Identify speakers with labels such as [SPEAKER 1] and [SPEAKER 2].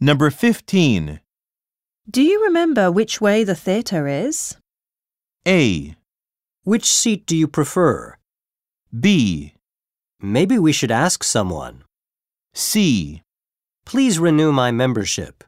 [SPEAKER 1] Number 15.
[SPEAKER 2] Do you remember which way the theatre is?
[SPEAKER 1] A.
[SPEAKER 3] Which seat do you prefer?
[SPEAKER 1] B.
[SPEAKER 3] Maybe we should ask someone.
[SPEAKER 1] C.
[SPEAKER 3] Please renew my membership.